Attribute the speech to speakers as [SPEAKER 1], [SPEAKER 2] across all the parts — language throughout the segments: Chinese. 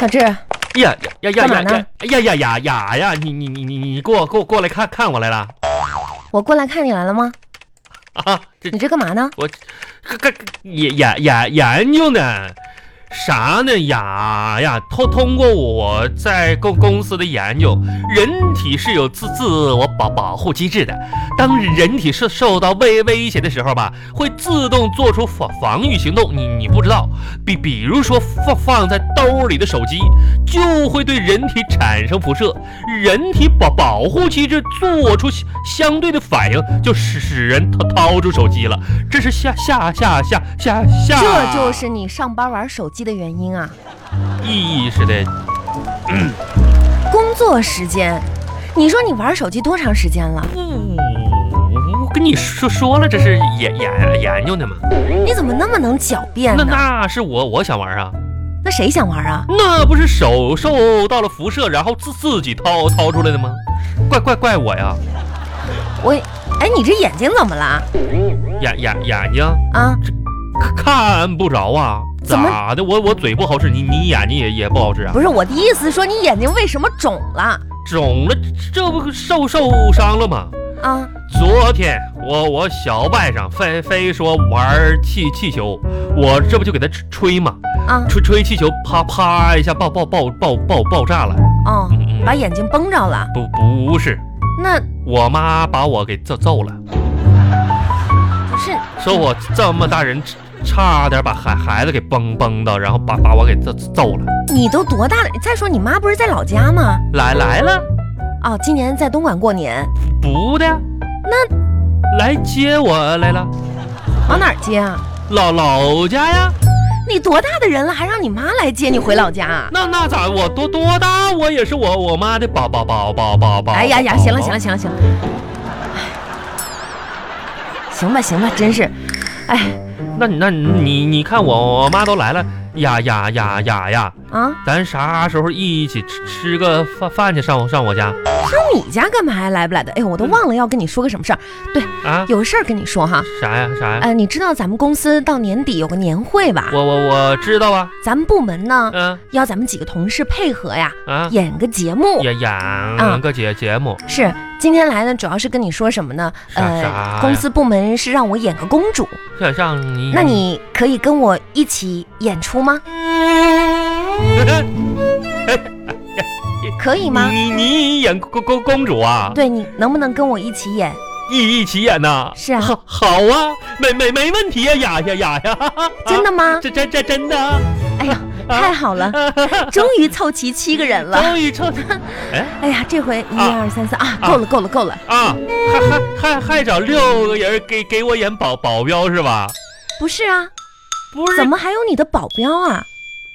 [SPEAKER 1] 小志，
[SPEAKER 2] 呀呀呀呀
[SPEAKER 1] 干嘛
[SPEAKER 2] 呀
[SPEAKER 1] 呢
[SPEAKER 2] 呀呀呀呀呀呀！你你你你你过过过来看看我来了
[SPEAKER 1] 我过来看你来了吗？
[SPEAKER 2] 啊！这
[SPEAKER 1] 你这干嘛呢？
[SPEAKER 2] 这个研研研研究呢，啥呢呀呀？通通过我在公公司的研究，人体是有自自我保保护机制的。当人体受受到危威胁的时候吧，会自动做出防防御行动。你你不知道，比比如说放放在兜里的手机，就会对人体产生辐射，人体保保护机制做出相相对的反应，就使使人掏掏出手机了。这是下下下下下下，
[SPEAKER 1] 这就是你上班玩手机的原因啊！
[SPEAKER 2] 意义似的。
[SPEAKER 1] 工作时间，你说你玩手机多长时间了？
[SPEAKER 2] 嗯，我跟你说说了，这是研研研究呢嘛。
[SPEAKER 1] 你怎么那么能狡辩
[SPEAKER 2] 那
[SPEAKER 1] 呢？
[SPEAKER 2] 那是我我想玩啊，
[SPEAKER 1] 那谁想玩啊？
[SPEAKER 2] 那不是手受到了辐射，然后自自己掏掏出来的吗？怪怪怪我呀！
[SPEAKER 1] 我，哎，你这眼睛怎么了？
[SPEAKER 2] 眼眼眼睛
[SPEAKER 1] 啊，
[SPEAKER 2] 看看不着啊？
[SPEAKER 1] 怎么
[SPEAKER 2] 咋的？我我嘴不好使，你你眼睛也也不好使啊
[SPEAKER 1] 不？是我的意思，说你眼睛为什么肿了？
[SPEAKER 2] 肿了，这不受受伤了吗？
[SPEAKER 1] 啊，
[SPEAKER 2] 昨天我我小外甥非非说玩气气球，我这不就给他吹吹嘛，
[SPEAKER 1] 啊
[SPEAKER 2] 吹吹气球，啪啪一下爆爆爆爆爆爆炸了。
[SPEAKER 1] 哦，
[SPEAKER 2] 嗯
[SPEAKER 1] 把
[SPEAKER 2] 嗯，
[SPEAKER 1] 眼睛绷着了。
[SPEAKER 2] 不不是，
[SPEAKER 1] 那
[SPEAKER 2] 我妈把我给揍揍了，
[SPEAKER 1] 不是
[SPEAKER 2] 说我这么大人，差点把孩孩子给崩崩到，然后把把我给揍揍了。
[SPEAKER 1] 你都多大了？再说你妈不是在老家吗？
[SPEAKER 2] 来来了，
[SPEAKER 1] 哦，今年在东莞过年，
[SPEAKER 2] 不的，那来接我来了，
[SPEAKER 1] 往哪儿接啊？
[SPEAKER 2] 老老家呀。
[SPEAKER 1] 你多大的人了，还让你妈来接你回老家啊？
[SPEAKER 2] 那那咋？我多多大？我也是我我妈的宝宝宝宝宝宝。
[SPEAKER 1] 哎呀呀，行了行了行
[SPEAKER 2] 行。
[SPEAKER 1] 了行了，哎行吧行吧，真是，哎
[SPEAKER 2] 那你那你你看我我妈都来了呀呀呀呀呀！
[SPEAKER 1] 啊，
[SPEAKER 2] 咱啥时候一起吃吃个饭饭去？上我上我家
[SPEAKER 1] 上你家干嘛呀？来不来的？哎呦，我都忘了要跟你说个什么事儿，
[SPEAKER 2] 啊？
[SPEAKER 1] 有事儿跟你说哈。
[SPEAKER 2] 啥呀啥呀？
[SPEAKER 1] 呃，你知道咱们公司到年底有个年会吧？
[SPEAKER 2] 我我我知道啊，
[SPEAKER 1] 咱们部门呢
[SPEAKER 2] 嗯
[SPEAKER 1] 要咱们几个同事配合呀，
[SPEAKER 2] 啊，
[SPEAKER 1] 演个节目。
[SPEAKER 2] 演演个节节目，
[SPEAKER 1] 是，今天来呢，主要是跟你说什么呢？
[SPEAKER 2] 啥啥呀
[SPEAKER 1] 呃公司部门是让我演个公主，
[SPEAKER 2] 想让你
[SPEAKER 1] 那 你可以跟我一起演出吗？可以吗？
[SPEAKER 2] 你你演公公公主啊？
[SPEAKER 1] 对你能不能跟我一起演？
[SPEAKER 2] 一一起演呐？
[SPEAKER 1] 是啊
[SPEAKER 2] 好好啊，没没没问题呀啊呀呀呀呀！
[SPEAKER 1] 真的吗？
[SPEAKER 2] 这这这真的，啊
[SPEAKER 1] 哎呀，太好 了，终于凑齐七个人了。
[SPEAKER 2] 终于成
[SPEAKER 1] 哎呀，这回一二三四啊，够了够了够了，
[SPEAKER 2] 啊，还还还还找六个人给给我演保保镖是吧？
[SPEAKER 1] 不是啊，
[SPEAKER 2] 不
[SPEAKER 1] 怎么还有你的保镖啊？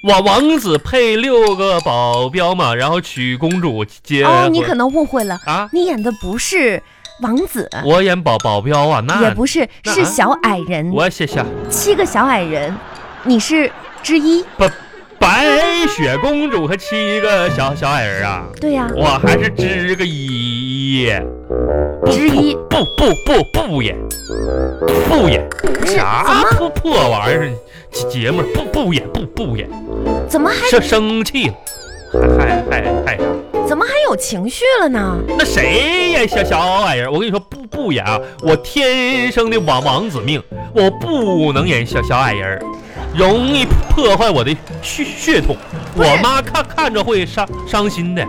[SPEAKER 2] 王王子配六个保镖嘛，然后娶公主结婚。
[SPEAKER 1] 哦，你可能误会了，
[SPEAKER 2] 啊，
[SPEAKER 1] 你演的不是王子，
[SPEAKER 2] 我演保保镖啊，
[SPEAKER 1] 也
[SPEAKER 2] 那
[SPEAKER 1] 不是，
[SPEAKER 2] 啊那
[SPEAKER 1] 是小矮人，
[SPEAKER 2] 我啊写下
[SPEAKER 1] 七个小矮人，你是之一，
[SPEAKER 2] 白雪公主和七个小小矮人啊，
[SPEAKER 1] 对呀，
[SPEAKER 2] 我还是知个一，
[SPEAKER 1] 之一。
[SPEAKER 2] 不不不不演，不演
[SPEAKER 1] 是
[SPEAKER 2] 啥破破玩意儿节节目，不不演不不演。
[SPEAKER 1] 怎么还
[SPEAKER 2] 生生气了，还还还还啥？
[SPEAKER 1] 怎么还有情绪了呢？
[SPEAKER 2] 那谁呀，小小矮人？我跟你说，不不演啊！我天生的王王子命，我不能演小小矮人儿，容易破坏我的血血统。
[SPEAKER 1] 不是
[SPEAKER 2] 我妈看看着会伤伤心的。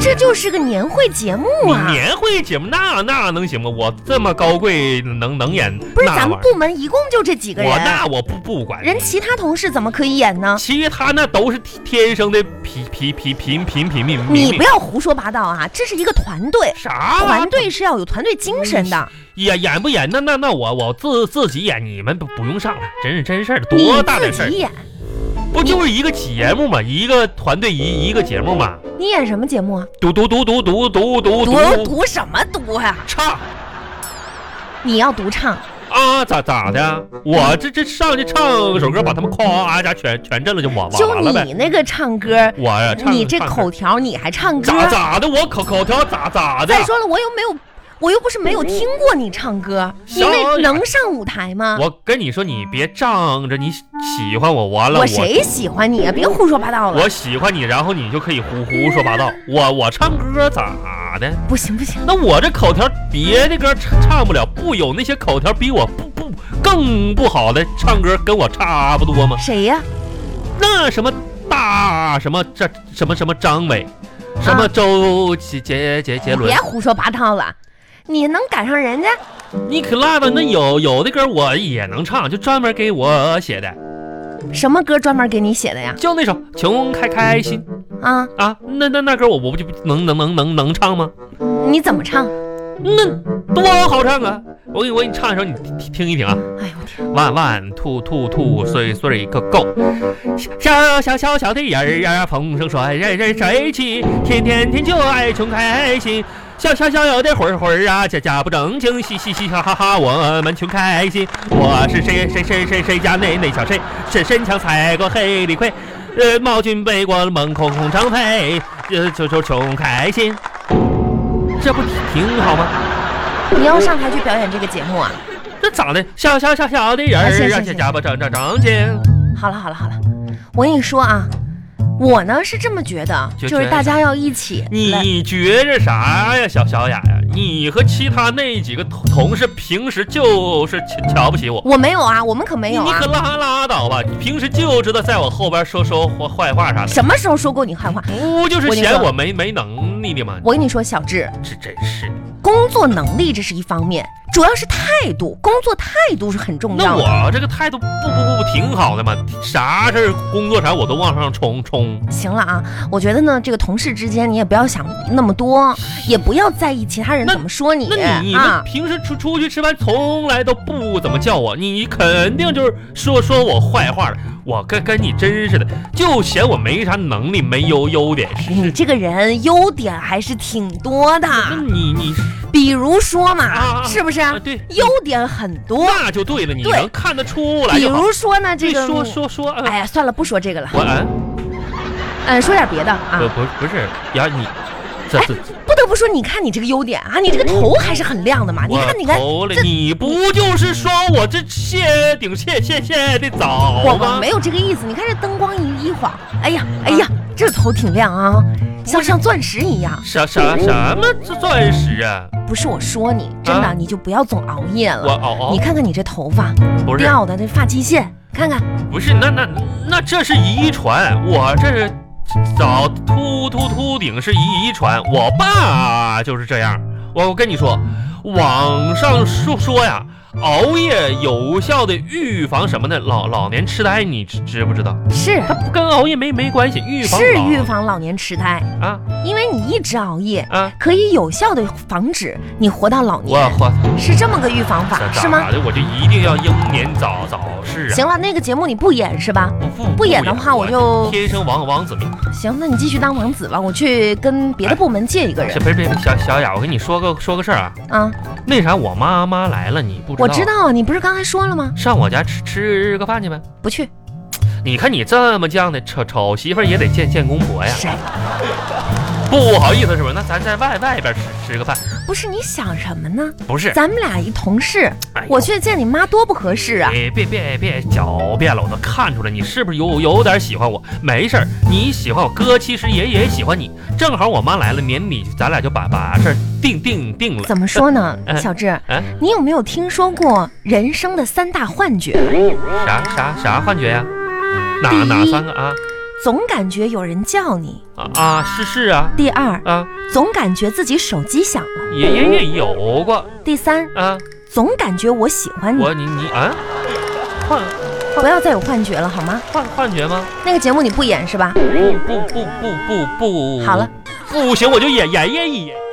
[SPEAKER 1] 这就是个年会节目
[SPEAKER 2] 你
[SPEAKER 1] 啊！
[SPEAKER 2] 年会节目那那能行吗？我这么高贵，能能演
[SPEAKER 1] 不是
[SPEAKER 2] 那
[SPEAKER 1] 咱
[SPEAKER 2] 玩意
[SPEAKER 1] 们
[SPEAKER 2] 儿？
[SPEAKER 1] 部门一共就这几个
[SPEAKER 2] 我那
[SPEAKER 1] 人，
[SPEAKER 2] 我不不管。
[SPEAKER 1] 人其他同事怎么可以演呢？
[SPEAKER 2] 其他那都是天天生的贫贫贫贫贫贫命
[SPEAKER 1] 你
[SPEAKER 2] 命
[SPEAKER 1] 不。要胡说八道啊！这是一个团队，
[SPEAKER 2] 啥玩意儿
[SPEAKER 1] 团队是要有团队精神的。
[SPEAKER 2] 演演不演？那那那我我自自己演，你们不不用上来，真是嗯真事儿，多
[SPEAKER 1] 你
[SPEAKER 2] 大点事
[SPEAKER 1] 自己
[SPEAKER 2] 儿？
[SPEAKER 1] 演，
[SPEAKER 2] 不就是一个节目嘛，一个团队一一个节目嘛，
[SPEAKER 1] 你演什么节目啊？
[SPEAKER 2] 读读读读读读读
[SPEAKER 1] 读读什么读呀、
[SPEAKER 2] 唱
[SPEAKER 1] 你要独唱，
[SPEAKER 2] 啊，咋咋的？我这这上去唱首歌，把他们夸一下全全震了就完
[SPEAKER 1] 就
[SPEAKER 2] 完了呗。
[SPEAKER 1] 你那个唱歌，
[SPEAKER 2] 我呀，唱
[SPEAKER 1] 你这
[SPEAKER 2] 唱
[SPEAKER 1] 口条你还唱歌？
[SPEAKER 2] 咋咋的？我口口条咋咋的？
[SPEAKER 1] 再说了，我又没有，我又不是没有听过你唱歌，你
[SPEAKER 2] 小
[SPEAKER 1] 那
[SPEAKER 2] 脸
[SPEAKER 1] 能上舞台吗？
[SPEAKER 2] 我跟你说，你别仗着你喜欢我，完了
[SPEAKER 1] 我谁喜欢你啊？别胡说八道了！
[SPEAKER 2] 我喜欢你，然后你就可以胡胡说八道。我我唱歌咋的？
[SPEAKER 1] 不行不行，
[SPEAKER 2] 那我这口条别的歌唱唱不了，不有那些口条比我不不更不好的唱歌跟我差不多吗？
[SPEAKER 1] 谁呀、
[SPEAKER 2] 那什么大什么这什么什么张伟，什么周杰杰杰杰伦
[SPEAKER 1] 别，胡说八道了，你能赶上人家？
[SPEAKER 2] 你可拉倒。那有有的歌我也能唱，就专门给我写的，
[SPEAKER 1] 什么歌专门给你写的呀？
[SPEAKER 2] 就那首《穷开开心
[SPEAKER 1] 啊，》
[SPEAKER 2] 啊，那那那歌我我不就能能能能能唱吗？
[SPEAKER 1] 你怎么唱？
[SPEAKER 2] 那多好唱啊！我给我给你唱一首，你听听一听啊。
[SPEAKER 1] 哎呦我天，
[SPEAKER 2] 万万兔兔兔，岁岁个够。小小小小的人儿啊，风生水人水起，天天天就爱穷开心。小小小小的魂儿魂儿啊，家家不正经，嘻嘻嘻哈哈哈，我们穷开心。我是谁谁谁谁谁家哪哪小谁，身身强踩过黑李逵，呃，冒军背过猛空空张飞，呃，就就穷开心。这不挺好吗？
[SPEAKER 1] 你要上台去表演这个节目啊？
[SPEAKER 2] 这咋的？小小小小的人
[SPEAKER 1] 啊行
[SPEAKER 2] 儿啊，
[SPEAKER 1] 行
[SPEAKER 2] 家
[SPEAKER 1] 行
[SPEAKER 2] 家不正正正经。
[SPEAKER 1] 好了好了好了，我跟你说啊，我呢是这么觉得，
[SPEAKER 2] 就
[SPEAKER 1] 就是大家要一起来。
[SPEAKER 2] 你觉着啥呀，小小雅呀？你和其他那几个同同事平时就是瞧瞧不起我，
[SPEAKER 1] 我没有啊，我们可没有
[SPEAKER 2] 你
[SPEAKER 1] 啊
[SPEAKER 2] 可。拉拉倒吧！你平时就知道在我后边说说坏坏话啥的，
[SPEAKER 1] 什么时候说过你坏话？
[SPEAKER 2] 不就是
[SPEAKER 1] 我跟你
[SPEAKER 2] 嫌
[SPEAKER 1] 说
[SPEAKER 2] 我没没能力的吗？
[SPEAKER 1] 我跟你说，小智，
[SPEAKER 2] 这真是的。
[SPEAKER 1] 工作能力这是一方面，主要是态度，工作态度是很重
[SPEAKER 2] 那
[SPEAKER 1] 要的。
[SPEAKER 2] 我这个态度不不不不挺好的吗？啥事儿工作啥我都往上冲冲。
[SPEAKER 1] 行了啊，我觉得呢，这个同事之间你也不要想那么多，也不要在意其他人
[SPEAKER 2] 那
[SPEAKER 1] 怎么说你
[SPEAKER 2] 那你你们
[SPEAKER 1] 啊。
[SPEAKER 2] 平时出出去吃饭从来都不怎么叫我，你肯定就是说说我坏话了。我跟跟你真是的，就嫌我没啥能力，没有优点。
[SPEAKER 1] 你哎这个人优点还是挺多的，
[SPEAKER 2] 那你你
[SPEAKER 1] 比如说
[SPEAKER 2] 啊
[SPEAKER 1] 嘛，是不是？
[SPEAKER 2] 啊对，
[SPEAKER 1] 优点很多，
[SPEAKER 2] 那就对了，你
[SPEAKER 1] 对
[SPEAKER 2] 能看得出来
[SPEAKER 1] 比
[SPEAKER 2] 就好。
[SPEAKER 1] 如说呢，这
[SPEAKER 2] 你
[SPEAKER 1] 个
[SPEAKER 2] 说说说，嗯
[SPEAKER 1] 哎呀，算了，不说这个了，
[SPEAKER 2] 我呃啊，
[SPEAKER 1] 嗯，说点别的啊
[SPEAKER 2] 不。不不是，呀你，这这
[SPEAKER 1] 不得不说，你看你这个优点啊，你这个头
[SPEAKER 2] 哦
[SPEAKER 1] 还是很亮的哎嘛。你
[SPEAKER 2] 我
[SPEAKER 1] 看，你看，
[SPEAKER 2] 头了，你不就是说我这谢顶谢谢谢的早
[SPEAKER 1] 我我
[SPEAKER 2] 吗
[SPEAKER 1] 没？有这个意思。你看这灯光一一晃，哎呀，哎
[SPEAKER 2] 啊
[SPEAKER 1] 呀，这头挺亮啊，像像钻石一样。
[SPEAKER 2] 啥啥什么钻石啊？
[SPEAKER 1] 不是我说你，真
[SPEAKER 2] 啊
[SPEAKER 1] 的，你就不要总熬夜
[SPEAKER 2] 我
[SPEAKER 1] 了。
[SPEAKER 2] 哦
[SPEAKER 1] 你
[SPEAKER 2] 哦，
[SPEAKER 1] 看看你这头发
[SPEAKER 2] 不是。
[SPEAKER 1] 掉的这发际线，看看
[SPEAKER 2] 不是，那那那这是遗传，我这是早秃秃秃顶是遗遗传，我爸就是这样。我我跟你说，网上说说呀，熬夜有效的预防什么呢？老老年痴呆，你知知不知道？
[SPEAKER 1] 是
[SPEAKER 2] 它不跟熬夜没没关系，预防
[SPEAKER 1] 是
[SPEAKER 2] 老
[SPEAKER 1] 预防老年痴呆，
[SPEAKER 2] 啊
[SPEAKER 1] 因为你一直熬夜，
[SPEAKER 2] 啊！
[SPEAKER 1] 可以有效的防止你活到老
[SPEAKER 2] 我
[SPEAKER 1] 年，
[SPEAKER 2] 我
[SPEAKER 1] 是这么个预防法，是吗
[SPEAKER 2] 咋？的？我就一定要英年早早啊逝啊！
[SPEAKER 1] 行了，那个节目你不演是吧？
[SPEAKER 2] 不不
[SPEAKER 1] 不演的话我就
[SPEAKER 2] 天生王王子命。
[SPEAKER 1] 行，那你继续当王子吧，我去跟别的部门借一个人
[SPEAKER 2] 小别别别小小雅，我跟你说个说个事儿啊。
[SPEAKER 1] 啊。
[SPEAKER 2] 那啥，我妈妈来了，你不知道？
[SPEAKER 1] 我知，道啊，你不是刚才说了吗？
[SPEAKER 2] 上我家吃吃个饭去呗。
[SPEAKER 1] 不去，
[SPEAKER 2] 你看你这么犟的，丑丑媳妇儿也得见见公哎婆呀。
[SPEAKER 1] 谁？
[SPEAKER 2] 不好意思是吧？那咱在外外边吃吃个饭，
[SPEAKER 1] 不是你想什么呢？
[SPEAKER 2] 不是？
[SPEAKER 1] 咱们俩一同事，
[SPEAKER 2] 哎呦
[SPEAKER 1] 我去见你妈多不合适啊！
[SPEAKER 2] 哎，别别别狡辩了，我都看出来你是不是有有点喜欢我？没事儿，你喜欢我哥，其实也也喜欢你。正好我妈来了，年底咱俩就把把事儿定定定了。
[SPEAKER 1] 怎么说呢
[SPEAKER 2] 哎，
[SPEAKER 1] 小智
[SPEAKER 2] 哎，
[SPEAKER 1] 你有没有听说过人生的三大幻觉？
[SPEAKER 2] 啥啥啥幻觉呀、哪
[SPEAKER 1] 第一
[SPEAKER 2] 哪三个啊？
[SPEAKER 1] 总感觉有人叫你。
[SPEAKER 2] 啊啊，是是啊
[SPEAKER 1] 第二，
[SPEAKER 2] 啊，
[SPEAKER 1] 总感觉自己手机响了。
[SPEAKER 2] 也也也有过
[SPEAKER 1] 第三，
[SPEAKER 2] 啊。
[SPEAKER 1] 总感觉我喜欢你。
[SPEAKER 2] 我你你啊，幻
[SPEAKER 1] 不要再有幻觉了好吗？
[SPEAKER 2] 幻幻觉吗？
[SPEAKER 1] 那个节目你不演是吧？
[SPEAKER 2] 不不不不不不，
[SPEAKER 1] 好了。
[SPEAKER 2] 不行，我就演演演一演。